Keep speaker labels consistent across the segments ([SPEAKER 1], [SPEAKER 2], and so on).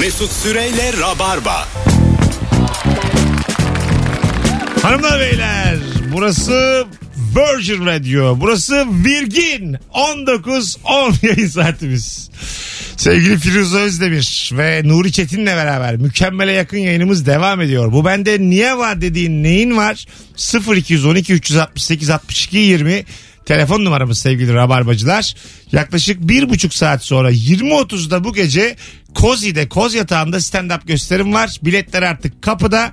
[SPEAKER 1] Mesut Süreyle Rabarba.
[SPEAKER 2] Hanımlar beyler burası Virgin Radio. Burası Virgin 19.10 yayın saatimiz. Sevgili Firuze Özdemir ve Nuri Çetin'le beraber mükemmele yakın yayınımız devam ediyor. Bu bende niye var dediğin neyin var? 0212 368 62 20 telefon numaramız sevgili Rabarbacılar. Yaklaşık bir buçuk saat sonra 20.30'da bu gece Kozi'de Koz Yatağı'nda stand-up gösterim var. Biletler artık kapıda.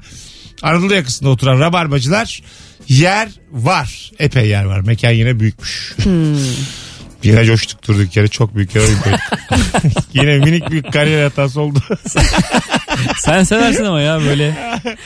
[SPEAKER 2] Anadolu yakasında oturan rabarbacılar yer var. Epey yer var. Mekan yine büyükmüş. yine coştuk durduk yere çok büyük yer oldu. yine minik bir kariyer hatası oldu.
[SPEAKER 3] Sen seversin ama ya böyle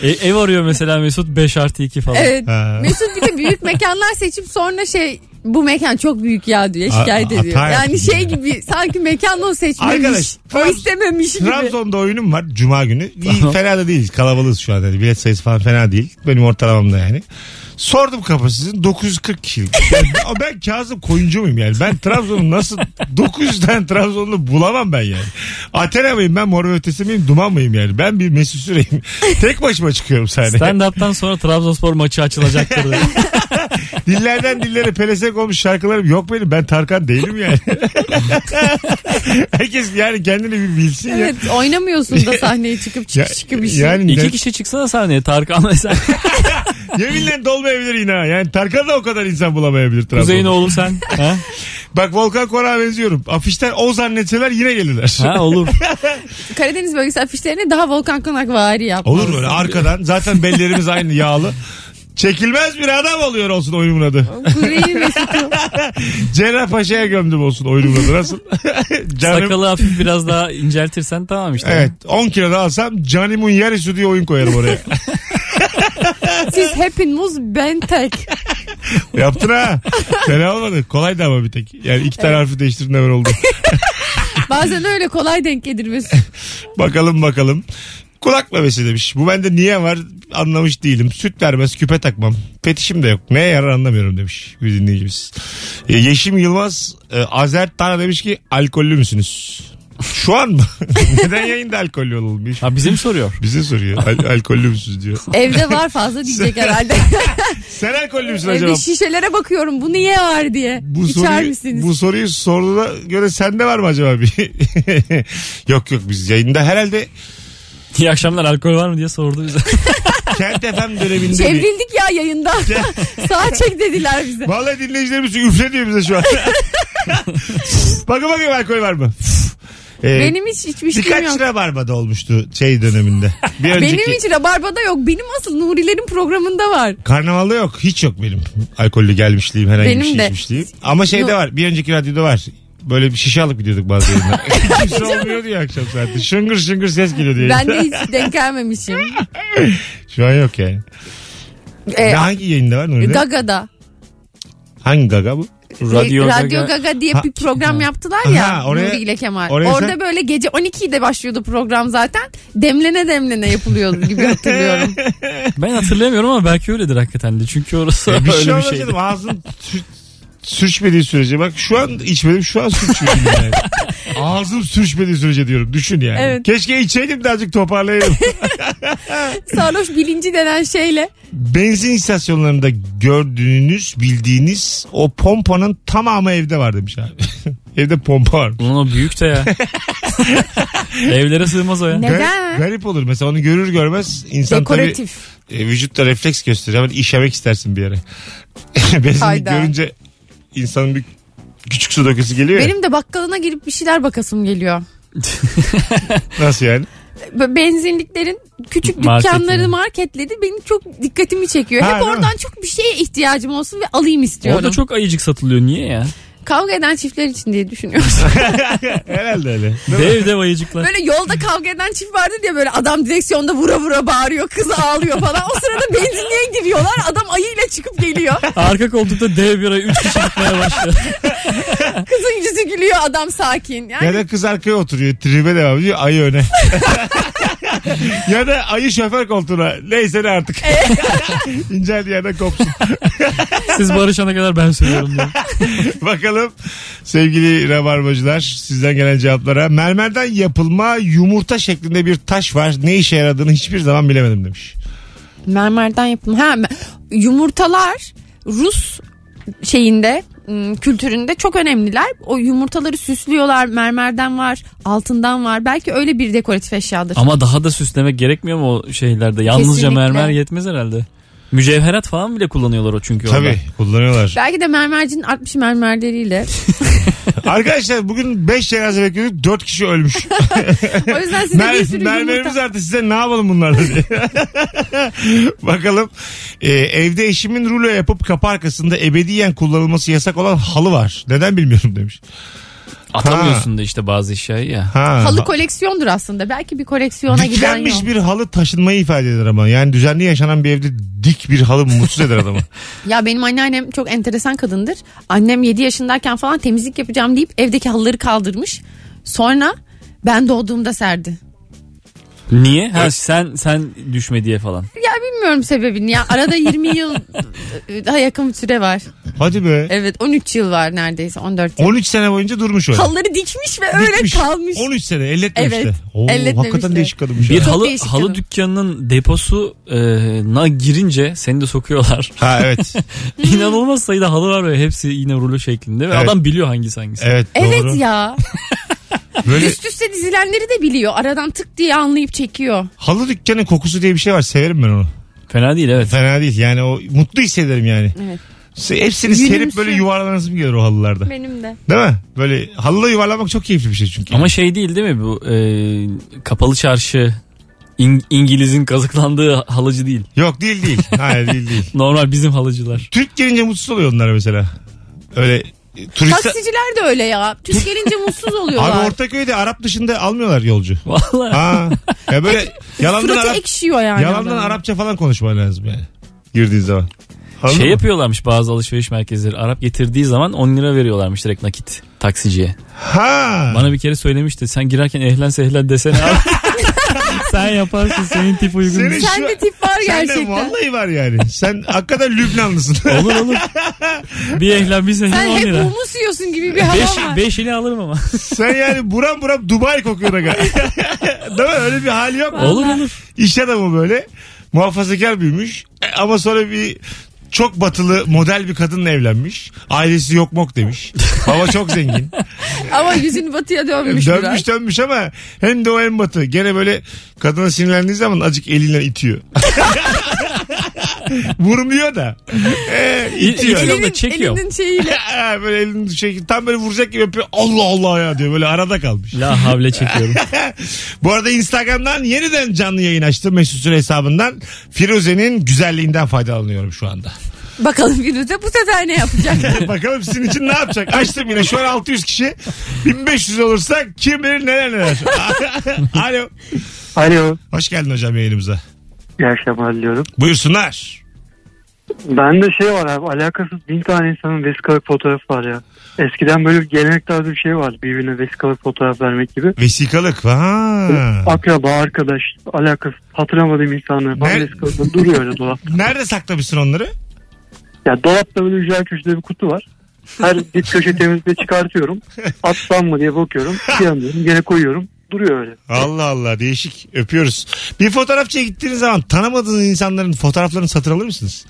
[SPEAKER 3] E- ev arıyor mesela Mesut 5 artı 2 falan.
[SPEAKER 4] Evet.
[SPEAKER 2] Ha.
[SPEAKER 4] Ee, Mesut bir de büyük mekanlar seçip sonra şey bu mekan çok büyük ya diye şikayet
[SPEAKER 2] A- a-
[SPEAKER 4] ediyor.
[SPEAKER 2] hata
[SPEAKER 4] Yani
[SPEAKER 2] yaptı
[SPEAKER 4] şey
[SPEAKER 2] yani.
[SPEAKER 4] gibi sanki mekan o seçmemiş.
[SPEAKER 2] Arkadaş,
[SPEAKER 4] o
[SPEAKER 2] Trabz-
[SPEAKER 4] istememiş gibi.
[SPEAKER 2] Trabzon'da oyunum var cuma günü. İyi,
[SPEAKER 3] Tamam.
[SPEAKER 2] fena da değil. Kalabalığız şu an. Yani. Bilet sayısı falan fena değil. Benim ortalamamda yani. Sordum kapasitesini 940 kişi. Yani ben- ben Kazım Koyuncu muyum yani? Ben Trabzon'u nasıl 900 tane Trabzonlu bulamam ben yani. Athena mıyım ben mor ve ötesi miyim duman mıyım yani? Ben bir Mesut Süreyim. Tek başıma çıkıyorum sahneye.
[SPEAKER 3] Stand-up'tan sonra Trabzonspor maçı açılacaktır. diye.
[SPEAKER 2] Dillerden dillere pelesek olmuş şarkılarım yok benim. Ben Tarkan değilim yani. Herkes yani kendini bir bilsin ya.
[SPEAKER 4] Evet oynamıyorsun da sahneye çıkıp çıkıp çıkıp işi.
[SPEAKER 2] yani ne-
[SPEAKER 3] İki kişi çıksana sahneye Tarkan ve sen.
[SPEAKER 2] Yeminle dolmayabilir yine ha. Yani Tarkan da o kadar insan bulamayabilir Trabzon'da.
[SPEAKER 3] Kuzey'in oğlu sen. Ha?
[SPEAKER 2] Bak Volkan Konak'a benziyorum. Afişten o zannetseler yine gelirler.
[SPEAKER 3] ha olur.
[SPEAKER 4] Karadeniz bölgesi afişlerine daha Volkan Konak vari yaptı.
[SPEAKER 2] Olur böyle arkadan. Zaten bellerimiz aynı yağlı. Çekilmez bir adam oluyor olsun oyunumun adı.
[SPEAKER 4] Kuzeyin Mesut'u.
[SPEAKER 2] Cerrahpaşa'ya gömdüm olsun oyunumun adı. Nasıl? Canım.
[SPEAKER 3] Sakalı hafif biraz daha inceltirsen tamam işte.
[SPEAKER 2] Evet 10 kilo da alsam Canim'in yarısı diye oyun koyarım oraya.
[SPEAKER 4] Siz hepiniz ben tek.
[SPEAKER 2] Yaptın ha. Fena olmadı. Kolaydı ama bir tek. Yani iki tane harfi değiştirdin hemen oldu.
[SPEAKER 4] Bazen öyle kolay denk gelir Mesut.
[SPEAKER 2] Bakalım bakalım. Kulak memesi demiş. Bu bende niye var anlamış değilim. Süt vermez küpe takmam. Petişim de yok. Neye yarar anlamıyorum demiş bir dinleyicimiz. E, Yeşim Yılmaz e, Azer Tana demiş ki alkollü müsünüz? Şu an mı? Neden yayında alkollü olalım? Bir-
[SPEAKER 3] Ha bizim soruyor.
[SPEAKER 2] Bize soruyor. Al- alkollü müsünüz diyor.
[SPEAKER 4] Evde var fazla diyecek herhalde.
[SPEAKER 2] Sen alkollü müsün acaba?
[SPEAKER 4] Evde şişelere bakıyorum bu niye var diye.
[SPEAKER 2] Bu
[SPEAKER 4] İçer
[SPEAKER 2] soruyu,
[SPEAKER 4] misiniz?
[SPEAKER 2] bu soruyu sorduğuna göre sende var mı acaba bir? yok yok biz yayında herhalde
[SPEAKER 3] İyi akşamlar alkol var mı diye sordu bize.
[SPEAKER 2] Kent FM döneminde bir-
[SPEAKER 4] Çevrildik ya yayında. Sağa çek dediler bize.
[SPEAKER 2] Vallahi dinleyicilerimiz üfle diyor bize şu an. bakın bakayım alkol var mı? Ee,
[SPEAKER 4] Benim hiç hiçbir şeyim
[SPEAKER 2] birkaç
[SPEAKER 4] yok.
[SPEAKER 2] rabarbada olmuştu şey döneminde. Bir önceki
[SPEAKER 4] Benim hiç rabarbada yok. Benim asıl Nurilerin programında var.
[SPEAKER 2] karnavalda yok. Hiç yok benim alkollü gelmişliğim herhangi
[SPEAKER 4] Benim
[SPEAKER 2] bir şey
[SPEAKER 4] de.
[SPEAKER 2] içmişliğim. Ama şeyde
[SPEAKER 4] No.
[SPEAKER 2] var. Bir önceki radyoda var. Böyle bir şişe alıp gidiyorduk bazı yerine. Kimse olmuyordu ya akşam saati. Şıngır şıngır ses geliyordu. yayında.
[SPEAKER 4] Ben de hiç denk gelmemişim.
[SPEAKER 2] Şu an yok yani.
[SPEAKER 4] Ee,
[SPEAKER 2] Ne, hangi yayında var Nuri'de?
[SPEAKER 4] Gaga'da.
[SPEAKER 2] hangi gaga bu?
[SPEAKER 3] Radyo,
[SPEAKER 4] Radyo
[SPEAKER 3] Gaga.
[SPEAKER 4] Gaga diye bir program yaptılar
[SPEAKER 2] Aha,
[SPEAKER 4] ya
[SPEAKER 2] oraya-
[SPEAKER 4] Nuri ile Kemal.
[SPEAKER 2] oraya
[SPEAKER 4] Orada
[SPEAKER 2] sen-
[SPEAKER 4] böyle gece 12'de başlıyordu program zaten. Demlene demlene yapılıyordu gibi hatırlıyorum.
[SPEAKER 3] Ben hatırlayamıyorum ama belki öyledir hakikaten de. Çünkü orası
[SPEAKER 2] Ya bir şey
[SPEAKER 3] öyle bir
[SPEAKER 2] olmaz
[SPEAKER 3] şeydi.
[SPEAKER 2] canım. Ağzın sür- sürçmediği sürece bak şu an içmedim şu an sürçüyorum yani. Ağzım sürçmediği sürece diyorum. Düşün yani.
[SPEAKER 4] Evet.
[SPEAKER 2] Keşke içeydim de azıcık toparlayayım.
[SPEAKER 4] Sarhoş bilinci denen şeyle.
[SPEAKER 2] Benzin istasyonlarında gördüğünüz, bildiğiniz o pompanın tamamı evde var demiş abi. evde pompa var.
[SPEAKER 3] Ulan o büyük de ya. Evlere sığmaz o ya.
[SPEAKER 4] Ne? Neden?
[SPEAKER 2] Garip, garip olur mesela onu görür görmez insan tabii
[SPEAKER 4] Dekoratif.
[SPEAKER 2] e, vücutta refleks gösterir. Hemen işemek istersin bir yere. Benzin
[SPEAKER 4] Hayda.
[SPEAKER 2] görünce insanın bir küçük su döküsü geliyor ya.
[SPEAKER 4] Benim de bakkalına girip bir şeyler bakasım geliyor.
[SPEAKER 2] Nasıl yani?
[SPEAKER 4] Böyle benzinliklerin küçük
[SPEAKER 3] Marketi.
[SPEAKER 4] dükkanları marketleri benim çok dikkatimi çekiyor.
[SPEAKER 2] Ha,
[SPEAKER 4] Hep
[SPEAKER 2] değil mi?
[SPEAKER 4] oradan çok bir şeye ihtiyacım olsun ve alayım istiyorum.
[SPEAKER 3] Orada çok ayıcık satılıyor niye ya?
[SPEAKER 4] Kavga eden çiftler için diye düşünüyorsun.
[SPEAKER 2] Herhalde öyle.
[SPEAKER 3] Dev dev ayıcıklar.
[SPEAKER 4] böyle yolda kavga eden çift vardı diye böyle adam direksiyonda vura vura bağırıyor. Kız ağlıyor falan. O sırada benzinliğe giriyorlar. Adam ayıyla çıkıp geliyor.
[SPEAKER 3] Arka koltukta dev bir ay üç kişi gitmeye başladı.
[SPEAKER 4] Kızın yüzü gülüyor. Adam sakin. Yani
[SPEAKER 2] Ya da kız arkaya oturuyor. Tribe devam ediyor. Ayı öne. ya da ayı şoför koltuğuna. Neyse ne artık. İnceldiği yerden kopsun.
[SPEAKER 3] Siz barışana kadar ben söylüyorum. diyor.
[SPEAKER 2] Bakalım sevgili rabarbacılar sizden gelen cevaplara. Mermerden yapılma yumurta şeklinde bir taş var. Ne işe yaradığını hiçbir zaman bilemedim demiş.
[SPEAKER 4] Mermerden yapım. Ha, me- yumurtalar Rus şeyinde ım, kültüründe çok önemliler. O yumurtaları süslüyorlar. Mermerden var, altından var. Belki öyle bir dekoratif eşyadır.
[SPEAKER 3] Ama daha da süslemek gerekmiyor mu o şeylerde? Yalnızca
[SPEAKER 4] Kesinlikle.
[SPEAKER 3] mermer yetmez herhalde. Mücevherat falan bile kullanıyorlar o çünkü. orada.
[SPEAKER 2] Tabii kullanıyorlar.
[SPEAKER 4] Belki de mermercinin artmış mermerleriyle.
[SPEAKER 2] Arkadaşlar bugün 5 cenaze bekliyorduk 4 kişi ölmüş.
[SPEAKER 4] O yüzden size bir
[SPEAKER 2] Mer
[SPEAKER 4] sürü
[SPEAKER 2] mermerimiz
[SPEAKER 4] yumurta.
[SPEAKER 2] artık size ne yapalım bunlarla diye. Bakalım Ee, evde eşimin rulo yapıp kapı arkasında ebediyen kullanılması yasak olan halı var. Neden bilmiyorum demiş.
[SPEAKER 3] Atamıyorsun da işte bazı eşyayı ya.
[SPEAKER 2] Ha.
[SPEAKER 4] Halı koleksiyondur aslında. Belki bir koleksiyona giden
[SPEAKER 2] Diklenmiş
[SPEAKER 4] yol.
[SPEAKER 2] bir halı taşınmayı ifade eder ama. Yani düzenli yaşanan bir evde dik bir halı mutsuz eder adamı.
[SPEAKER 4] Ya benim anneannem çok enteresan kadındır. Annem 7 yaşındayken falan temizlik yapacağım deyip evdeki halıları kaldırmış. Sonra ben doğduğumda serdi.
[SPEAKER 3] Niye? Ha, sen sen düşme diye falan.
[SPEAKER 4] Ya bilmiyorum sebebini ya. Arada 20 yıl e, daha yakın bir süre var.
[SPEAKER 2] Hadi be.
[SPEAKER 4] Evet 13 yıl var neredeyse 14 yıl.
[SPEAKER 2] 13 sene boyunca durmuş öyle.
[SPEAKER 4] Halıları dikmiş ve öyle
[SPEAKER 2] Dikmiş.
[SPEAKER 4] kalmış.
[SPEAKER 2] 13 sene elletmemişti.
[SPEAKER 4] Evet,
[SPEAKER 2] Oo, hakikaten
[SPEAKER 4] elletmemişti.
[SPEAKER 2] değişik kadınmış.
[SPEAKER 3] Bir
[SPEAKER 2] ya.
[SPEAKER 4] Çok
[SPEAKER 3] halı
[SPEAKER 4] değişik
[SPEAKER 3] halı
[SPEAKER 4] canım.
[SPEAKER 3] dükkanının deposuna girince seni de sokuyorlar.
[SPEAKER 2] Ha evet.
[SPEAKER 4] Hmm.
[SPEAKER 3] İnanılmaz sayıda halı var ve hepsi yine rulo şeklinde ve
[SPEAKER 2] Evet.
[SPEAKER 3] adam biliyor hangisi hangisi.
[SPEAKER 2] Evet,
[SPEAKER 4] Evet
[SPEAKER 2] doğru.
[SPEAKER 4] ya.
[SPEAKER 2] Böyle
[SPEAKER 4] Üst üste dizilenleri de biliyor. Aradan tık diye anlayıp çekiyor.
[SPEAKER 2] halı dükkanı kokusu diye bir şey var. Severim ben onu.
[SPEAKER 3] Fena değil evet.
[SPEAKER 2] Fena değil. Yani o mutlu hissederim yani.
[SPEAKER 4] Evet.
[SPEAKER 2] Se- Hepsini serip
[SPEAKER 4] Yürümsü.
[SPEAKER 2] böyle yuvarlanasım gelir o halılarda.
[SPEAKER 4] Benim de.
[SPEAKER 2] Değil mi? Böyle halıla yuvarlamak çok keyifli bir şey çünkü.
[SPEAKER 3] Ama şey değil değil mi bu e, kapalı çarşı İng- İngiliz'in kazıklandığı halıcı değil.
[SPEAKER 2] Yok değil değil. Hayır değil değil.
[SPEAKER 3] Normal bizim halıcılar.
[SPEAKER 2] Türk gelince mutsuz oluyor onlar mesela. Öyle e, turist
[SPEAKER 4] Taksiciler de öyle ya. Türk gelince mutsuz
[SPEAKER 2] Abi
[SPEAKER 4] oluyorlar.
[SPEAKER 2] Ortaköy'de Arap dışında almıyorlar yolcu.
[SPEAKER 3] Vallahi
[SPEAKER 2] Ha. Ya böyle yalandan
[SPEAKER 4] Suratı
[SPEAKER 2] Arap,
[SPEAKER 4] ekşiyor yani.
[SPEAKER 2] yalandan
[SPEAKER 4] adamın.
[SPEAKER 2] Arapça falan konuşman lazım yani. Girdiği zaman. Anladın
[SPEAKER 3] şey
[SPEAKER 2] mı?
[SPEAKER 3] yapıyorlarmış bazı alışveriş merkezleri. Arap getirdiği zaman 10 lira veriyorlarmış direkt nakit taksiciye.
[SPEAKER 2] Ha.
[SPEAKER 3] Bana bir kere söylemişti sen girerken ehlen sehlen desene abi. sen yaparsın senin tip uygun.
[SPEAKER 2] Senin şu-
[SPEAKER 4] Sende tip var
[SPEAKER 2] Sen de
[SPEAKER 4] gerçekten.
[SPEAKER 2] vallahi var yani. Sen hakikaten Lübnanlısın.
[SPEAKER 3] Olur olur. Bir ehlen bir
[SPEAKER 4] Sen
[SPEAKER 3] sehlen 10
[SPEAKER 4] hep
[SPEAKER 3] lira.
[SPEAKER 4] humus yiyorsun
[SPEAKER 2] E,
[SPEAKER 4] gibi bir hava
[SPEAKER 3] Beş,
[SPEAKER 4] var.
[SPEAKER 3] beşini alırım ama.
[SPEAKER 2] Sen yani buram buram Dubai kokuyor aga. Değil mi? Öyle bir hali yok. mu?
[SPEAKER 3] olur olur.
[SPEAKER 2] İş adamı böyle. Muhafazakar büyümüş. E, Ama sonra bir çok batılı model bir kadınla evlenmiş. Ailesi yok mok demiş. Baba çok zengin.
[SPEAKER 4] Ama yüzünü batıya dönmüş, biraz.
[SPEAKER 2] E, Dönmüş dönmüş ama hem de o hem batı. Gene böyle kadına sinirlendiği zaman acık eliyle itiyor. Vurmuyor da. Ee, itiyor.
[SPEAKER 3] İtiyor. Yolda çekiyor.
[SPEAKER 4] elinin şeyiyle.
[SPEAKER 2] Ha, böyle elini şey, tam böyle vuracak gibi yapıyor. Allah Allah ya diyor. Böyle arada kalmış.
[SPEAKER 3] La havle çekiyorum.
[SPEAKER 2] Bu arada Instagram'dan yeniden canlı yayın açtım. Mesut Süre hesabından. Firuze'nin güzelliğinden faydalanıyorum şu anda.
[SPEAKER 4] Bakalım Firuze bu sefer ne yapacak?
[SPEAKER 2] Bakalım sizin için ne yapacak? Açtım yine. Şu an 600 kişi. 1500 olursa kim bilir neler neler. Alo.
[SPEAKER 5] Alo.
[SPEAKER 2] Hoş geldin hocam yayınımıza.
[SPEAKER 5] İyi akşamlar diliyorum.
[SPEAKER 2] Buyursunlar.
[SPEAKER 5] Bende şey var abi alakasız bin tane insanın vesikalık fotoğrafı var ya. Eskiden böyle bir gelenek tarzı bir şey vardı birbirine vesikalık fotoğraf vermek gibi.
[SPEAKER 2] Vesikalık. Ha.
[SPEAKER 5] Akraba, arkadaş, alakasız hatırlamadığım insanlar falan
[SPEAKER 2] Ne-
[SPEAKER 5] vesikalıkla duruyor öyle dolapta.
[SPEAKER 2] Nerede saklamışsın onları?
[SPEAKER 5] Ya dolapta böyle ücra köşede bir kutu var. Her dip köşe temizle çıkartıyorum. Atsam mı diye bakıyorum. Yanıyorum. Gene koyuyorum. Duruyor öyle.
[SPEAKER 2] Allah Allah değişik. Öpüyoruz. Bir fotoğrafçıya gittiğiniz zaman tanımadığınız insanların fotoğraflarını satın alır mısınız?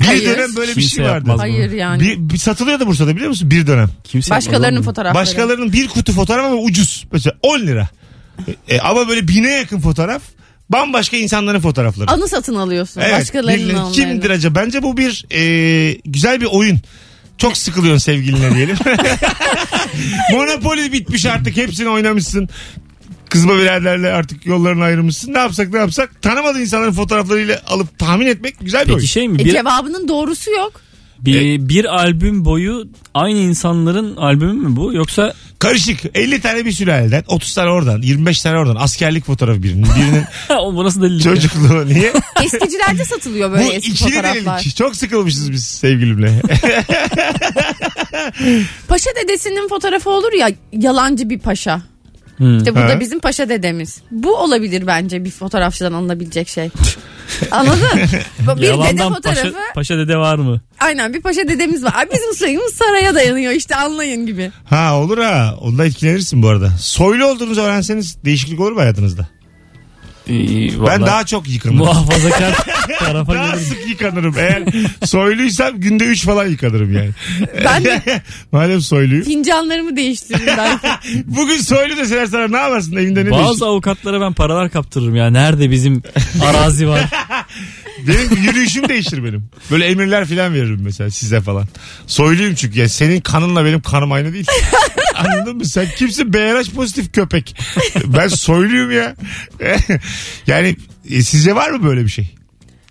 [SPEAKER 2] Bir
[SPEAKER 4] Hayır.
[SPEAKER 2] dönem böyle bir
[SPEAKER 3] Kimse
[SPEAKER 2] şey vardı.
[SPEAKER 3] yapmaz.
[SPEAKER 4] Hayır yani.
[SPEAKER 2] Bir, bir satılıyordu Bursa'da biliyor musun? Bir dönem.
[SPEAKER 3] Kimse
[SPEAKER 4] Başkalarının
[SPEAKER 3] yapmaz oğlum.
[SPEAKER 4] fotoğrafları.
[SPEAKER 2] Başkalarının bir kutu fotoğraf ama ucuz. Mesela 10 lira. E, ama böyle bine yakın fotoğraf. Bambaşka insanların fotoğrafları.
[SPEAKER 4] Anı satın alıyorsun.
[SPEAKER 2] Evet,
[SPEAKER 4] Başkalarının
[SPEAKER 2] birileri-
[SPEAKER 4] anılarını.
[SPEAKER 2] Kimdir acaba? Bence bu bir e, güzel bir oyun. Çok sıkılıyorsun sevgiline diyelim. Monopoly bitmiş artık. Hepsini oynamışsın. Kızma biraderle artık yollarını ayırmışsın. Ne yapsak ne yapsak. Tanımadığın insanların fotoğraflarıyla alıp tahmin etmek güzel bir oyun.
[SPEAKER 3] Peki şey mi?
[SPEAKER 4] E,
[SPEAKER 3] Bir,
[SPEAKER 4] cevabının doğrusu yok.
[SPEAKER 3] bir, bir albüm boyu aynı insanların albümü mü bu? Yoksa
[SPEAKER 2] Karışık. 50 tane bir sülaleden, 30 tane oradan, 25 tane oradan. Askerlik fotoğrafı birinin. Birinin
[SPEAKER 3] o bu nasıl delilik? ya?
[SPEAKER 2] çocukluğu. Niye?
[SPEAKER 4] Eskicilerde satılıyor böyle
[SPEAKER 2] Bu
[SPEAKER 4] eski
[SPEAKER 2] ikili
[SPEAKER 4] fotoğraflar.
[SPEAKER 2] delilik. Çok sıkılmışız biz sevgilimle.
[SPEAKER 4] Paşa dedesinin fotoğrafı olur ya yalancı bir paşa.
[SPEAKER 3] Hmm.
[SPEAKER 4] İşte bu da
[SPEAKER 2] Ha.
[SPEAKER 4] bizim paşa dedemiz. Bu olabilir bence bir fotoğrafçıdan alınabilecek şey. Anladın? bir dede
[SPEAKER 3] Yalandan
[SPEAKER 4] fotoğrafı.
[SPEAKER 3] paşa, paşa dede var mı?
[SPEAKER 4] Aynen bir paşa dedemiz var. Ay, bizim soyumuz saraya dayanıyor işte anlayın gibi.
[SPEAKER 2] Ha olur ha. Ondan etkilenirsin bu arada. Soylu olduğunuzu öğrenseniz değişiklik olur mu hayatınızda?
[SPEAKER 3] İyi,
[SPEAKER 2] Ben
[SPEAKER 3] vallahi
[SPEAKER 2] daha çok yıkanırım.
[SPEAKER 3] muhafazakar tarafa
[SPEAKER 2] Daha
[SPEAKER 3] gelirim.
[SPEAKER 2] sık yıkanırım. Eğer soyluysam günde 3 falan yıkanırım yani.
[SPEAKER 4] Ben de
[SPEAKER 2] Madem soyluyum.
[SPEAKER 4] fincanlarımı değiştirdim belki.
[SPEAKER 2] Bugün soylu deseler sana ne yaparsın evinde ne
[SPEAKER 3] Bazı avukatlara ben paralar kaptırırım ya. Nerede bizim arazi var?
[SPEAKER 2] değişir? Benim yürüyüşüm değişir benim. Böyle emirler falan veririm mesela size falan. Soyluyum çünkü ya senin kanınla benim kanım aynı değil. Anladın mı? Sen kimsin BRH pozitif köpek. Ben soyluyum ya. yani e, sizce var mı böyle bir şey?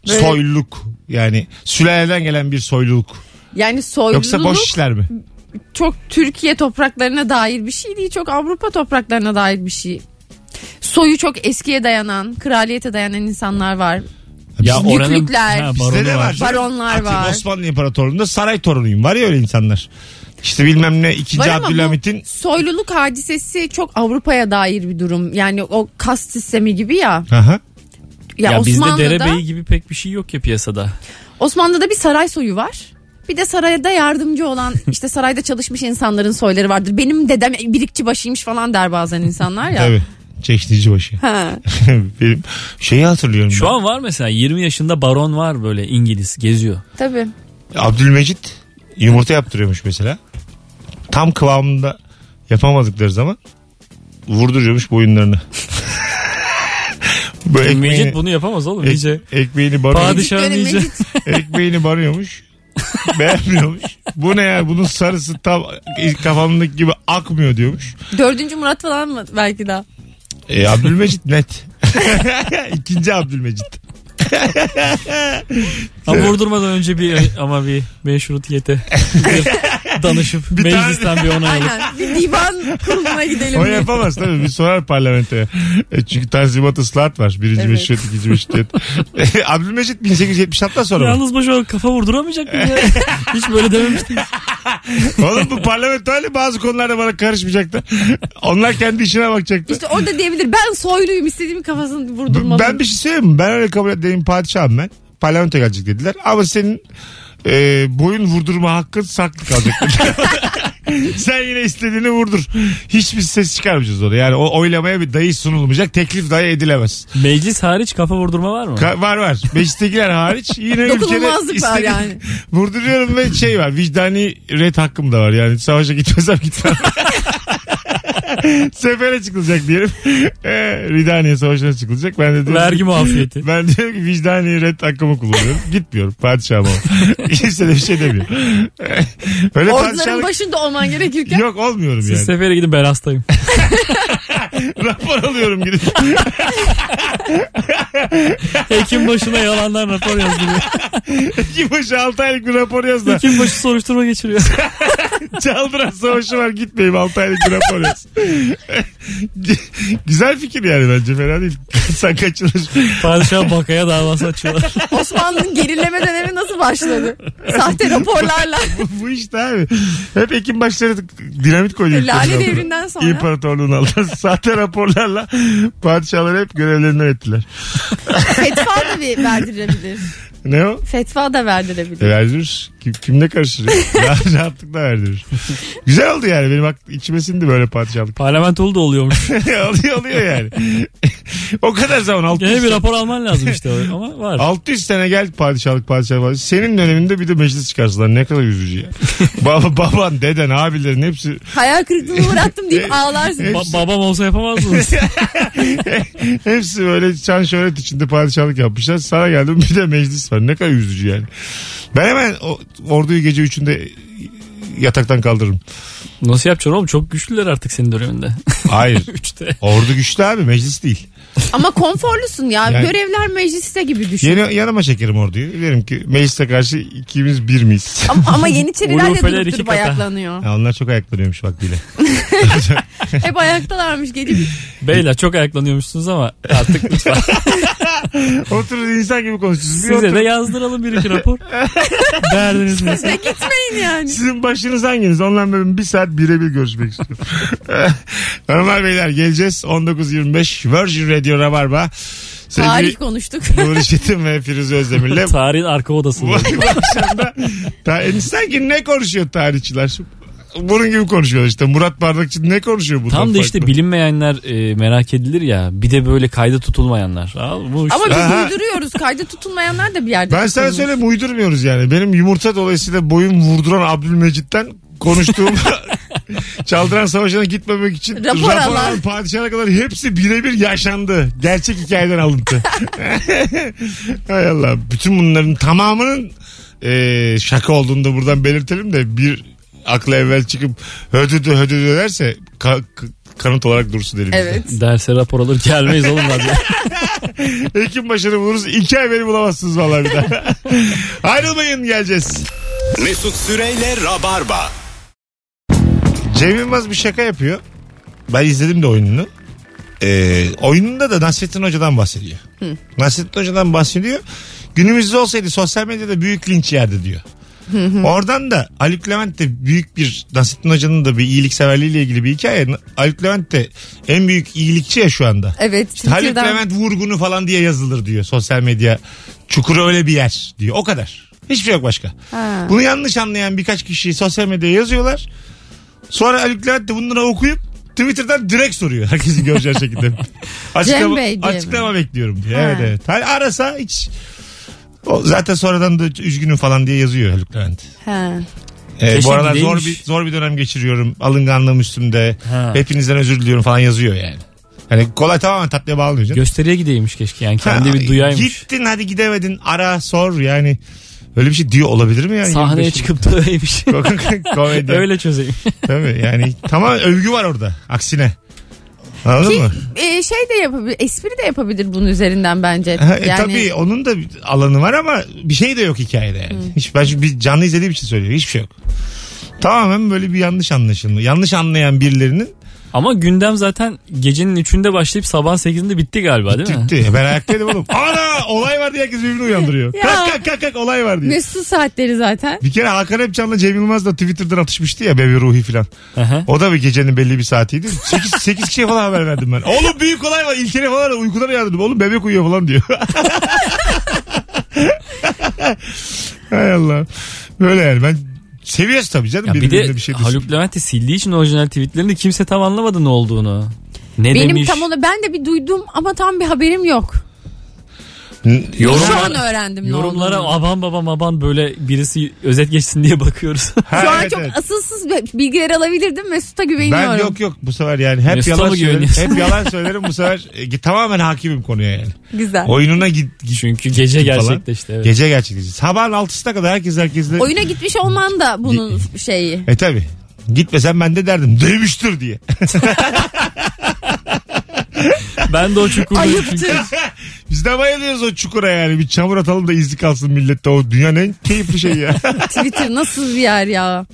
[SPEAKER 4] Böyle-
[SPEAKER 2] Soyluluk. Yani sülaleden gelen bir soyluluk.
[SPEAKER 4] Yani soyluluk
[SPEAKER 2] Yoksa boş işler mi?
[SPEAKER 4] çok Türkiye topraklarına dair bir şey değil. Çok Avrupa topraklarına dair bir şey. Soyu çok eskiye dayanan, kraliyete dayanan insanlar var.
[SPEAKER 3] ya
[SPEAKER 4] Yüklükler.
[SPEAKER 3] Ha,
[SPEAKER 4] Bizde
[SPEAKER 2] Bizde
[SPEAKER 3] baronu
[SPEAKER 2] de var.
[SPEAKER 3] var.
[SPEAKER 2] canım.
[SPEAKER 4] Baronlar
[SPEAKER 2] Atıyorum
[SPEAKER 4] var.
[SPEAKER 2] Osmanlı İmparatorluğu'nda saray torunuyum. Var ya öyle insanlar. İşte bilmem ne 2.
[SPEAKER 4] Var ama bu
[SPEAKER 2] Abdülhamit'in
[SPEAKER 4] soyluluk hadisesi çok Avrupa'ya dair bir durum. Yani o kast sistemi gibi ya.
[SPEAKER 2] Aha.
[SPEAKER 4] Ya,
[SPEAKER 3] Ya bizde
[SPEAKER 4] Osmanlı'da
[SPEAKER 3] derebeyi gibi pek bir şey yok ya piyasada.
[SPEAKER 4] Osmanlı'da bir saray soyu var. Bir de sarayda yardımcı olan işte sarayda çalışmış insanların soyları vardır. Benim dedem birikçi başıymış falan der bazen insanlar ya.
[SPEAKER 2] Tabii. Çeşnici başı.
[SPEAKER 4] Ha.
[SPEAKER 2] Benim şeyi hatırlıyorum.
[SPEAKER 3] Şu
[SPEAKER 2] ben.
[SPEAKER 3] an var mesela 20 yaşında baron var böyle İngiliz geziyor.
[SPEAKER 4] Tabii.
[SPEAKER 2] Abdülmecit yumurta yaptırıyormuş mesela. Tam kıvamında yapamadıkları zaman vurduruyormuş boyunlarını. Böyle
[SPEAKER 3] Mecit
[SPEAKER 2] ekmeğini,
[SPEAKER 3] bunu yapamaz oğlum
[SPEAKER 2] ek,
[SPEAKER 3] iyice.
[SPEAKER 2] ekmeğini barıyormuş.
[SPEAKER 3] Padişahın
[SPEAKER 4] Dönemi
[SPEAKER 3] iyice.
[SPEAKER 4] git.
[SPEAKER 2] Ekmeğini barıyormuş. Beğenmiyormuş. Bu ne ya bunun sarısı tam kafamdaki gibi akmıyor diyormuş.
[SPEAKER 4] Dördüncü Murat falan mı belki daha?
[SPEAKER 2] E, Abdülmecit net. İkinci Abdülmecit.
[SPEAKER 3] Ama vurdurmadan önce bir ama bir meşrutiyete bir danışıp
[SPEAKER 2] Bir tane-
[SPEAKER 3] meclisten bir onay alıp.
[SPEAKER 4] Aynen. Bir divan kuruluna gidelim.
[SPEAKER 2] O yapamaz tabii. Bir sorar parlamentoya. E, çünkü tanzimat ıslahat var. Birinci
[SPEAKER 4] Evet.
[SPEAKER 2] meşrut, ikinci meşrut. E, Abdülmecit 1876'dan sonra mı?
[SPEAKER 3] Yalnız başına kafa vurduramayacak mı? ya? Hiç böyle dememiştim.
[SPEAKER 2] Oğlum bu parlamento hali bazı konularda bana karışmayacaktı. Onlar kendi işine bakacaktı.
[SPEAKER 4] İşte orada diyebilir ben soyluyum istediğim kafasını
[SPEAKER 2] B-
[SPEAKER 4] vurdurmalı.
[SPEAKER 2] ben bir şey söyleyeyim mi? Ben öyle kabul edeyim padişahım ben. Parlamento gelecek dediler. Ama senin e, boyun vurdurma hakkın saklı kalacak. Sen yine istediğini vurdur. Hiçbir ses çıkarmayacağız orada. Yani o oylamaya bir dayı sunulmayacak. Teklif dahi edilemez.
[SPEAKER 3] Meclis hariç kafa vurdurma var mı?
[SPEAKER 2] Ka- var var. Beşiktakiler hariç şey yine ülkede
[SPEAKER 4] Dokunulmazlık var
[SPEAKER 2] istediğin-
[SPEAKER 4] yani.
[SPEAKER 2] Vurduruyorum ve şey var. Vicdani red hakkım da var. Yani savaşa gitmezsem gitmem. Sefere çıkılacak diyelim. Ee, Ridaniye savaşına çıkılacak. Ben de diyorum
[SPEAKER 3] Vergi muafiyeti.
[SPEAKER 2] ben diyorum ki vicdani red hakkımı kullanıyorum. Gitmiyorum padişahım ama. Kimse de bir şey demiyor. Öyle
[SPEAKER 4] Orduların
[SPEAKER 2] padişahlık...
[SPEAKER 4] başında olman gerekirken
[SPEAKER 2] Yok olmuyorum
[SPEAKER 3] Siz
[SPEAKER 2] yani.
[SPEAKER 3] sefere gidin ben hastayım.
[SPEAKER 2] Rapor alıyorum gidip.
[SPEAKER 3] Hekim başına yalanlar rapor yazdırıyor.
[SPEAKER 2] İki başı altı aylık bir rapor yaz da.
[SPEAKER 3] Hekim başı soruşturma geçiriyor.
[SPEAKER 2] Çaldıran savaşı var gitmeyeyim 6 aylık bir rapor yaz. Güzel fikir yani bence fena değil. Sen kaçırır.
[SPEAKER 3] Padişah bakaya davası açıyorlar.
[SPEAKER 4] Osmanlı'nın gerileme dönemi nasıl başladı? Sahte raporlarla.
[SPEAKER 2] Bu işte abi. Hep Ekim başları dinamit koyuyor.
[SPEAKER 4] Lale
[SPEAKER 2] İmparatorluğun-
[SPEAKER 4] devrinden sonra.
[SPEAKER 2] İmparatorluğun altında sahte raporlarla padişahlar hep görevlerinden ettiler.
[SPEAKER 4] Fetva da bir verdirebilir.
[SPEAKER 2] Ne o?
[SPEAKER 4] Fetva da verdirebilir.
[SPEAKER 2] E, verdirir. Kim, kimle karışır? Ra- Rahatlıkla verdirir. Güzel oldu yani. Benim aklı- içime sindi böyle padişahlık.
[SPEAKER 3] Parlamentolu da oluyormuş.
[SPEAKER 2] oluyor oluyor yani. o kadar zaman altı
[SPEAKER 3] Gene bir rapor alman lazım işte ama var.
[SPEAKER 2] 600 sene gel padişahlık padişahlık. padişahlık. Senin döneminde bir de meclis çıkarsınlar. Ne kadar üzücü ya. Baba, baban, deden, abilerin hepsi
[SPEAKER 4] Hayal kırıklığına uğrattım deyip ağlarsın.
[SPEAKER 3] Ba- babam olsa yapamazdınız.
[SPEAKER 2] hepsi böyle çan şöhret içinde padişahlık yapmışlar. Sana geldim bir de meclis var. Ne kadar üzücü yani. Ben hemen o, orduyu gece 3'ünde yataktan kaldırırım.
[SPEAKER 3] Nasıl yapacaksın oğlum? Çok güçlüler artık senin döneminde.
[SPEAKER 2] Hayır.
[SPEAKER 3] Üçte.
[SPEAKER 2] Ordu güçlü abi meclis değil.
[SPEAKER 4] Ama konforlusun ya.
[SPEAKER 2] Yani-
[SPEAKER 4] Görevler mecliste gibi düşün.
[SPEAKER 2] Yeni, yanıma çekerim orduyu. Derim ki meclise karşı ikimiz bir miyiz?
[SPEAKER 4] Ama, ama Yeniçeriler de
[SPEAKER 3] Ulufeler
[SPEAKER 4] durup
[SPEAKER 3] iki
[SPEAKER 4] durup
[SPEAKER 3] kata.
[SPEAKER 4] ayaklanıyor.
[SPEAKER 2] Ya onlar çok ayaklanıyormuş bak bile.
[SPEAKER 4] Hep ayaktalarmış gelip.
[SPEAKER 3] Beyler çok ayaklanıyormuşsunuz ama artık lütfen.
[SPEAKER 2] Oturun insan gibi konuşuyorsunuz. Bir
[SPEAKER 3] Size
[SPEAKER 2] oturun.
[SPEAKER 3] de yazdıralım bir iki rapor. Derdiniz ne?
[SPEAKER 4] Ve gitmeyin yani.
[SPEAKER 2] Sizin başınız hanginiz? Onlarla ben bir saat birebir görüşmek istiyorum. Normal beyler geleceğiz. 19.25 Virgin Radio Rabarba. Sevgili
[SPEAKER 4] Tarih konuştuk.
[SPEAKER 2] Nuri Çetin ve Firuze Özdemir'le
[SPEAKER 3] Tarihin arka
[SPEAKER 2] bu
[SPEAKER 3] odasında.
[SPEAKER 2] akşamda ta, e, sanki ne konuşuyor tarihçiler? Bunun gibi konuşuyorlar işte. Murat Bardakçı ne konuşuyor bundan
[SPEAKER 3] Tam da işte
[SPEAKER 2] farklı?
[SPEAKER 3] bilinmeyenler e, merak edilir ya. Bir de böyle kayda tutulmayanlar. Al, bu işte.
[SPEAKER 4] Ama biz
[SPEAKER 2] Aha.
[SPEAKER 4] uyduruyoruz. Kayda tutulmayanlar da bir yerde.
[SPEAKER 2] Ben sana
[SPEAKER 4] tutulmuş.
[SPEAKER 2] söyleyeyim uydurmuyoruz yani. Benim yumurta dolayısıyla boyum vurduran Abdülmecit'ten konuştuğum Çaldıran Savaşı'na gitmemek için
[SPEAKER 4] Rapor
[SPEAKER 2] rapor
[SPEAKER 4] alan.
[SPEAKER 2] alan padişahına kadar hepsi birebir yaşandı. Gerçek hikayeden alıntı. Hay Allah. Bütün bunların tamamının e, şaka olduğunu da buradan belirtelim de bir akla evvel çıkıp hödüdü hödüdü derse ka- k- kanıt olarak dursun elimizde.
[SPEAKER 4] Evet.
[SPEAKER 3] Derse rapor alır gelmeyiz oğlum hadi.
[SPEAKER 2] Ekim başını buluruz. iki ay beni bulamazsınız vallahi bir daha. Ayrılmayın geleceğiz.
[SPEAKER 1] Mesut Süreyle Rabarba.
[SPEAKER 2] Cem Yılmaz bir şaka yapıyor. Ben izledim de oyununu. Ee, oyununda da Nasrettin Hoca'dan bahsediyor. Nasrettin Hoca'dan bahsediyor. Günümüzde olsaydı sosyal medyada büyük linç yerdi diyor. Oradan da Haluk Levent de büyük bir Nasrettin Hoca'nın da bir iyilikseverliğiyle ilgili bir hikaye. Haluk Levent de en büyük iyilikçi ya şu anda.
[SPEAKER 4] Evet.
[SPEAKER 2] Haluk
[SPEAKER 4] Twitter'dan-
[SPEAKER 2] Levent vurgunu falan diye yazılır diyor sosyal medya. Çukuru öyle bir yer diyor. O kadar. Hiçbir şey yok başka.
[SPEAKER 4] Ha.
[SPEAKER 2] Bunu yanlış anlayan birkaç kişiyi sosyal medyaya yazıyorlar. Sonra Haluk Levent de bunları okuyup Twitter'dan direkt soruyor. Herkesin göreceği şekilde. açıklama,
[SPEAKER 4] Bey diye mi?
[SPEAKER 2] açıklama bekliyorum diye.
[SPEAKER 4] Ha.
[SPEAKER 2] Evet evet. Hani arasa hiç o zaten sonradan da üzgünüm falan diye yazıyor Haluk Levent.
[SPEAKER 4] Ha.
[SPEAKER 2] Ee,
[SPEAKER 3] Keşke
[SPEAKER 2] bu aralar zor
[SPEAKER 3] gideymiş.
[SPEAKER 2] bir, zor bir dönem geçiriyorum. Alınganlığım üstümde.
[SPEAKER 3] Ha.
[SPEAKER 2] Hepinizden özür diliyorum falan yazıyor yani. Hani kolay tamamen tatlıya bağlıyor canım.
[SPEAKER 3] Gösteriye gideymiş keşke yani
[SPEAKER 2] Ha,
[SPEAKER 3] kendi bir duyaymış.
[SPEAKER 2] Gittin hadi gidemedin ara sor yani. Öyle bir şey diyor olabilir mi yani?
[SPEAKER 3] Sahneye
[SPEAKER 2] 25
[SPEAKER 3] çıkıp duyaymış.
[SPEAKER 2] Komedi.
[SPEAKER 3] Öyle çözeyim.
[SPEAKER 2] Tabii yani tamam övgü var orada aksine. Anladın
[SPEAKER 4] Ki,
[SPEAKER 2] mı?
[SPEAKER 4] e, şey de yapabilir. Espri de yapabilir bunun üzerinden bence.
[SPEAKER 2] Ha, e,
[SPEAKER 4] yani
[SPEAKER 2] Tabii onun da bir alanı var ama bir şey de yok hikayede yani. Hiç, ben şu bir canlı izlediğim için söylüyorum. Hiçbir şey yok. Tamamen böyle bir yanlış anlaşılma. Yanlış anlayan birilerinin
[SPEAKER 3] Ama gündem zaten gecenin 3'ünde başlayıp sabah 8'inde bitti galiba değil mi?
[SPEAKER 2] tüktü. E, Ben ayaktaydım oğlum. Ana olay var diye herkes birbirini uyandırıyor.
[SPEAKER 4] Ya.
[SPEAKER 2] Kalk kalk kalk kalk olay var diye.
[SPEAKER 4] Mesut saatleri zaten.
[SPEAKER 2] Bir kere Hakan Epcan'la Cem Yılmaz da Twitter'dan atışmıştı ya Bebe Ruhi filan.
[SPEAKER 3] Aha.
[SPEAKER 2] O da bir gecenin belli bir saatiydi. 8, 8 kişiye falan haber verdim ben. Oğlum büyük olay var. İlker'e falan da uykudan uyandırdım. Oğlum bebek uyuyor falan diyor. Hay Allah. Böyle yani ben seviyoruz tabii canım.
[SPEAKER 3] Ya bir
[SPEAKER 2] birbirimize
[SPEAKER 3] de
[SPEAKER 2] şey
[SPEAKER 3] Haluk Levent'i sildiği için orijinal tweetlerini kimse tam anlamadı ne olduğunu. Ne
[SPEAKER 4] Benim
[SPEAKER 3] demiş?
[SPEAKER 4] tam onu ben de bir duydum ama tam bir haberim yok.
[SPEAKER 2] düşün.
[SPEAKER 4] Şu
[SPEAKER 3] Yorumlara-
[SPEAKER 4] an öğrendim ne
[SPEAKER 3] Yorumlara
[SPEAKER 4] olduğunu.
[SPEAKER 3] aban babam aban böyle birisi özet geçsin diye bakıyoruz.
[SPEAKER 2] Ha,
[SPEAKER 4] Şu an
[SPEAKER 2] evet,
[SPEAKER 4] çok
[SPEAKER 2] evet.
[SPEAKER 4] asılsız bilgiler alabilirdim. Mesut'a güveniyorum.
[SPEAKER 2] Ben yok yok bu sefer yani hep
[SPEAKER 3] Mesut'a
[SPEAKER 2] yalan
[SPEAKER 3] mı
[SPEAKER 2] söylerim.
[SPEAKER 3] güveniyorsun?
[SPEAKER 2] Hep yalan söylerim bu sefer e, tamamen hakimim konuya yani.
[SPEAKER 4] Güzel.
[SPEAKER 2] Oyununa git, git
[SPEAKER 3] Çünkü gece
[SPEAKER 2] Falan.
[SPEAKER 3] gerçekleşti. Evet.
[SPEAKER 2] Gece gerçekleşti. Sabahın 6'sına kadar herkes herkesle...
[SPEAKER 4] Oyuna gitmiş olman da bunun şeyi.
[SPEAKER 2] E tabi. Gitmesen ben de derdim. Demiştir diye.
[SPEAKER 3] ben de o çukurda
[SPEAKER 4] Ayıptır.
[SPEAKER 2] Biz de bayılıyoruz o çukura yani. Bir çamur atalım da izi kalsın millette. O dünyanın en keyifli şeyi ya.
[SPEAKER 4] Twitter nasıl bir yer ya?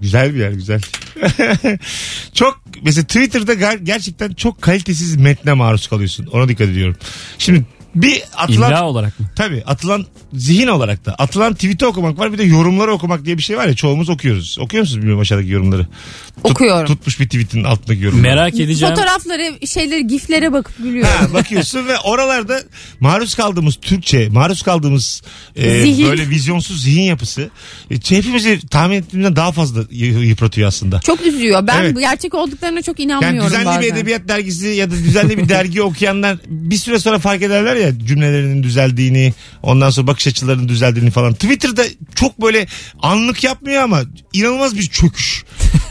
[SPEAKER 2] güzel bir yer güzel. çok mesela Twitter'da ger- gerçekten çok kalitesiz metne maruz kalıyorsun. Ona dikkat ediyorum. Şimdi bir atılan
[SPEAKER 3] İlla olarak mı?
[SPEAKER 2] tabii atılan zihin olarak da atılan tweet'i okumak var bir de yorumları okumak diye bir şey var ya çoğumuz okuyoruz. Okuyor musunuz bilmiyorum aşağıdaki yorumları? Tut-
[SPEAKER 4] Okuyorum.
[SPEAKER 2] tutmuş bir tweet'in altındaki yorumları.
[SPEAKER 3] Merak edeceğim.
[SPEAKER 4] Fotoğrafları, şeyleri, giflere bakıp gülüyorum.
[SPEAKER 2] Ha, bakıyorsun ve oralarda maruz kaldığımız Türkçe, maruz kaldığımız e,
[SPEAKER 4] Zihin.
[SPEAKER 2] böyle vizyonsuz zihin yapısı e, hepimizi tahmin ettiğimden daha fazla y- yıpratıyor aslında.
[SPEAKER 4] Çok üzüyor. Ben
[SPEAKER 2] Evet.
[SPEAKER 4] gerçek olduklarına çok
[SPEAKER 2] Yani
[SPEAKER 4] inanmıyorum
[SPEAKER 2] düzenli
[SPEAKER 4] bazen.
[SPEAKER 2] bir edebiyat dergisi ya da düzenli bir dergi okuyanlar bir süre sonra fark ederler ya cümlelerinin düzeldiğini, ondan sonra bakış açılarının düzeldiğini falan. Twitter'da çok böyle anlık yapmıyor ama inanılmaz bir çöküş.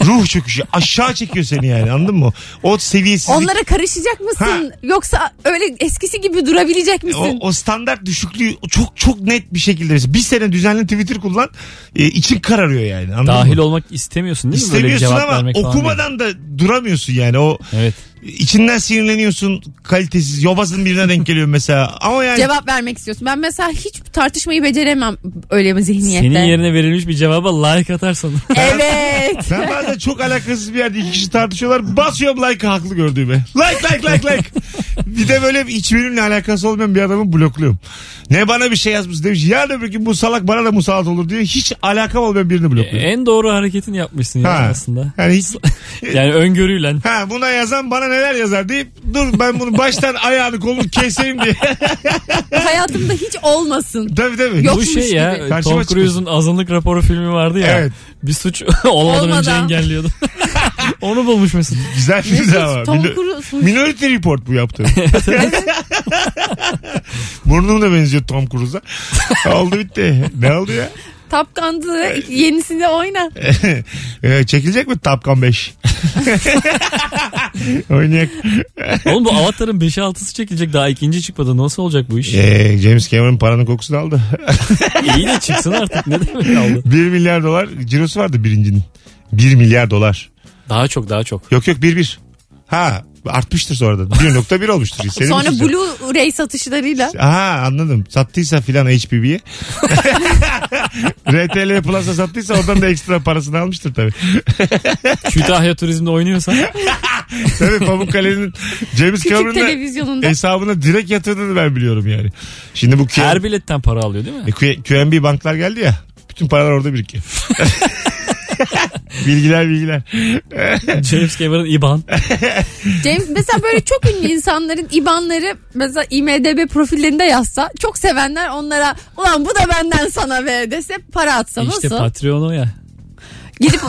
[SPEAKER 2] Ruh çöküşü. Aşağı çekiyor seni yani anladın mı? O seviyesizlik.
[SPEAKER 4] Onlara karışacak mısın? Yoksa öyle eskisi gibi durabilecek misin?
[SPEAKER 2] E, O, o standart düşüklüğü çok çok net bir şekilde. Bir sene düzenli Twitter kullan e, için kararıyor yani. Anladın
[SPEAKER 3] Dahil
[SPEAKER 2] mı?
[SPEAKER 3] olmak istemiyorsun değil mi? Böyle bir
[SPEAKER 2] İstemiyorsun
[SPEAKER 3] cevap
[SPEAKER 2] ama
[SPEAKER 3] vermek falan diye.
[SPEAKER 2] okumadan da duramıyorsun yani. O
[SPEAKER 3] Evet.
[SPEAKER 2] içinden sinirleniyorsun kalitesiz yobazın birine denk geliyor mesela. Ama yani
[SPEAKER 4] Cevap vermek istiyorsun. Ben mesela hiç tartışmayı beceremem öyle bir zihniyette.
[SPEAKER 3] Senin yerine verilmiş bir cevaba like atarsan.
[SPEAKER 4] Evet.
[SPEAKER 2] ben bazen çok alakasız bir yerde iki kişi tartışıyorlar. Basıyorum like'ı haklı gördüğüme. Like like like like. bir de böyle hiç benimle alakası olmayan bir adamı blokluyorum. Ne bana bir şey yazmış demiş. Yarın öbür gün bu salak bana da musallat olur diye hiç alakam olmayan birini blokluyorum.
[SPEAKER 3] en doğru hareketini yapmışsın ya
[SPEAKER 2] Ha.
[SPEAKER 3] E,
[SPEAKER 2] Ee,
[SPEAKER 3] aslında.
[SPEAKER 2] Yani hiç
[SPEAKER 3] Yani öngörüyle.
[SPEAKER 2] Ha buna yazan bana neler yazar deyip dur ben bunu baştan ayağını kolunu keseyim diye.
[SPEAKER 4] Hayatımda hiç olmasın.
[SPEAKER 2] tabii tabii.
[SPEAKER 4] Yok.
[SPEAKER 3] Bu
[SPEAKER 4] Yokmuş
[SPEAKER 3] şey ya
[SPEAKER 4] gibi.
[SPEAKER 2] Karşıma
[SPEAKER 3] Tom Cruise'un azınlık raporu filmi vardı ya.
[SPEAKER 2] Evet.
[SPEAKER 3] Bir suç olmadan önce
[SPEAKER 4] Olmadan.
[SPEAKER 3] engelliyordu. Onu bulmuş Mesut.
[SPEAKER 2] Güzel film de ama.
[SPEAKER 4] Tom
[SPEAKER 2] Mino-
[SPEAKER 4] Cruise.
[SPEAKER 2] Minority Report bu yaptı. Burnum da benziyor Tom Cruise'a. oldu bitti. Ne oldu ya?
[SPEAKER 4] Tapkandı yenisinde oyna.
[SPEAKER 2] Ee, çekilecek mi Tapkan 5? Oynayak.
[SPEAKER 3] Oğlum bu Avatar'ın 5'i 6'sı çekilecek daha ikinci çıkmadı. Nasıl olacak bu iş?
[SPEAKER 2] Ee, James Cameron paranın kokusunu aldı.
[SPEAKER 3] İyi de çıksın artık. Ne demek aldı?
[SPEAKER 2] 1 milyar dolar cirosu vardı birincinin. 1 milyar dolar.
[SPEAKER 3] Daha çok daha çok.
[SPEAKER 2] Yok yok 1-1. Ha artmıştır sonra da. 1.1 olmuştur. Senin
[SPEAKER 4] Sonra
[SPEAKER 2] suçun.
[SPEAKER 4] Blu-ray satışlarıyla.
[SPEAKER 2] Aha anladım. Sattıysa filan HBB'ye. RTL Plus'a sattıysa oradan da ekstra parasını almıştır tabii.
[SPEAKER 3] Kütahya Turizm'de oynuyorsa
[SPEAKER 2] Tabii Pamukkale'nin James
[SPEAKER 4] Küçük
[SPEAKER 2] Cameron'ın
[SPEAKER 4] televizyonunda.
[SPEAKER 2] hesabına direkt yatırdığını ben biliyorum yani. Şimdi bu Q-
[SPEAKER 3] her biletten para alıyor değil mi?
[SPEAKER 2] e, Q- QNB banklar geldi ya. Bütün paralar orada birikiyor. bilgiler bilgiler.
[SPEAKER 3] James Cameron İban.
[SPEAKER 4] James mesela böyle çok ünlü insanların IBAN'ları mesela IMDB profillerinde yazsa çok sevenler onlara ulan bu da benden sana be dese para atsa
[SPEAKER 3] işte
[SPEAKER 4] nasıl?
[SPEAKER 3] Patreon o ya.
[SPEAKER 4] Gidip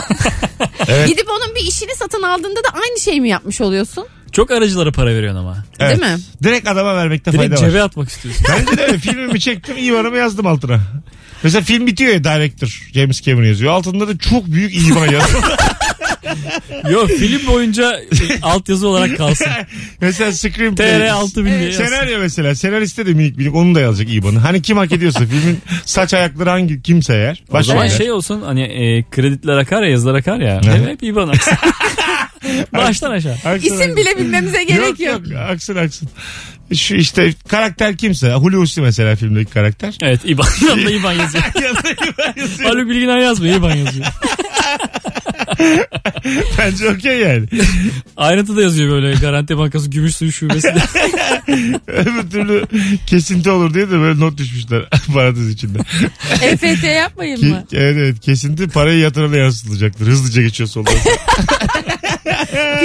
[SPEAKER 2] Evet.
[SPEAKER 4] gidip onun bir işini satın aldığında da aynı şeyi mi yapmış oluyorsun?
[SPEAKER 3] Çok aracılara para veriyorsun ama.
[SPEAKER 2] Evet.
[SPEAKER 4] Değil mi?
[SPEAKER 2] Direkt adama vermekte
[SPEAKER 3] Direkt
[SPEAKER 2] E, fayda var.
[SPEAKER 3] cebe atmak istiyorsun.
[SPEAKER 2] Bence de öyle. Filmimi çektim IBAN'ımı yazdım altına. Mesela film bitiyor ya director James Cameron yazıyor. Altında da çok büyük IBAN yazıyor.
[SPEAKER 3] Yok film boyunca e, altyazı olarak kalsın.
[SPEAKER 2] mesela screen
[SPEAKER 3] TR 6000 diye yazsın.
[SPEAKER 2] Senaryo mesela. Senariste de minik minik onu da yazacak IBAN'ı. Hani kim hak ediyorsa filmin saç ayakları hangi kimse eğer.
[SPEAKER 3] O
[SPEAKER 2] Başka
[SPEAKER 3] zaman
[SPEAKER 2] yer.
[SPEAKER 3] şey olsun hani e, krediler akar ya yazılar akar ya.
[SPEAKER 2] Hı.
[SPEAKER 3] Hep İban aksın. Baştan aşağı.
[SPEAKER 2] Aksın, aksın.
[SPEAKER 4] İsim bile bilmemize gerek yok.
[SPEAKER 2] yok. Aksın aksın. Şu işte karakter kimse. Hulusi mesela filmdeki karakter.
[SPEAKER 3] Evet İban. Yanında İban yazıyor. Haluk Bilginer yazmıyor İban yazıyor.
[SPEAKER 2] Bence okey yani.
[SPEAKER 3] Ayrıntıda yazıyor böyle Garanti Bankası Gümüş Suyu Şubesi. de.
[SPEAKER 2] Öbür türlü kesinti olur diye de böyle not düşmüşler parantez içinde.
[SPEAKER 4] EFT E yapmayın
[SPEAKER 2] Ki,
[SPEAKER 4] mı?
[SPEAKER 2] evet evet kesinti parayı yatırana yansıtılacaktır. Hızlıca geçiyor soldan.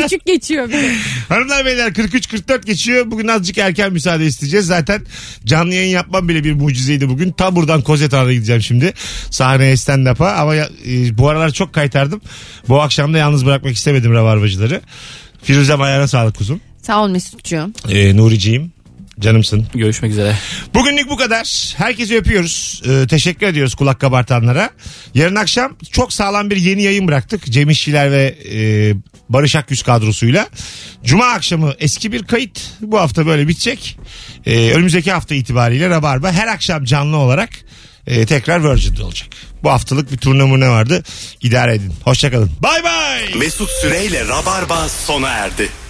[SPEAKER 4] Küçük geçiyor bir de.
[SPEAKER 2] Hanımlar beyler 43-44 geçiyor. Bugün azıcık erken müsaade isteyeceğiz. Zaten canlı yayın yapmam bile bir mucizeydi bugün. Tam buradan Kozet Ağa'da gideceğim şimdi. Sahneye stand up'a ama ya- e, bu aralar çok kaytardım. Bu akşam da yalnız bırakmak istemedim Rabarbacıları. Firuze ayağına sağlık kuzum.
[SPEAKER 4] Sağ ol Mesut'cuğum.
[SPEAKER 2] Ee, Nuriciğim. Canımsın.
[SPEAKER 3] Görüşmek üzere.
[SPEAKER 2] Bugünlük bu kadar. Herkesi öpüyoruz. Ee, teşekkür ediyoruz kulak kabartanlara. Yarın akşam çok sağlam bir yeni yayın bıraktık. Cem İşçiler ve e, Barış Akyüz kadrosuyla. Cuma akşamı eski bir kayıt. Bu hafta böyle bitecek. Ee, önümüzdeki hafta itibariyle Rabarba her akşam canlı olarak e, tekrar Virgin'de olacak. Bu haftalık bir turnuva ne vardı? İdare edin. Hoşçakalın. Bay bay.
[SPEAKER 1] Mesut Süreyle Rabarba sona erdi.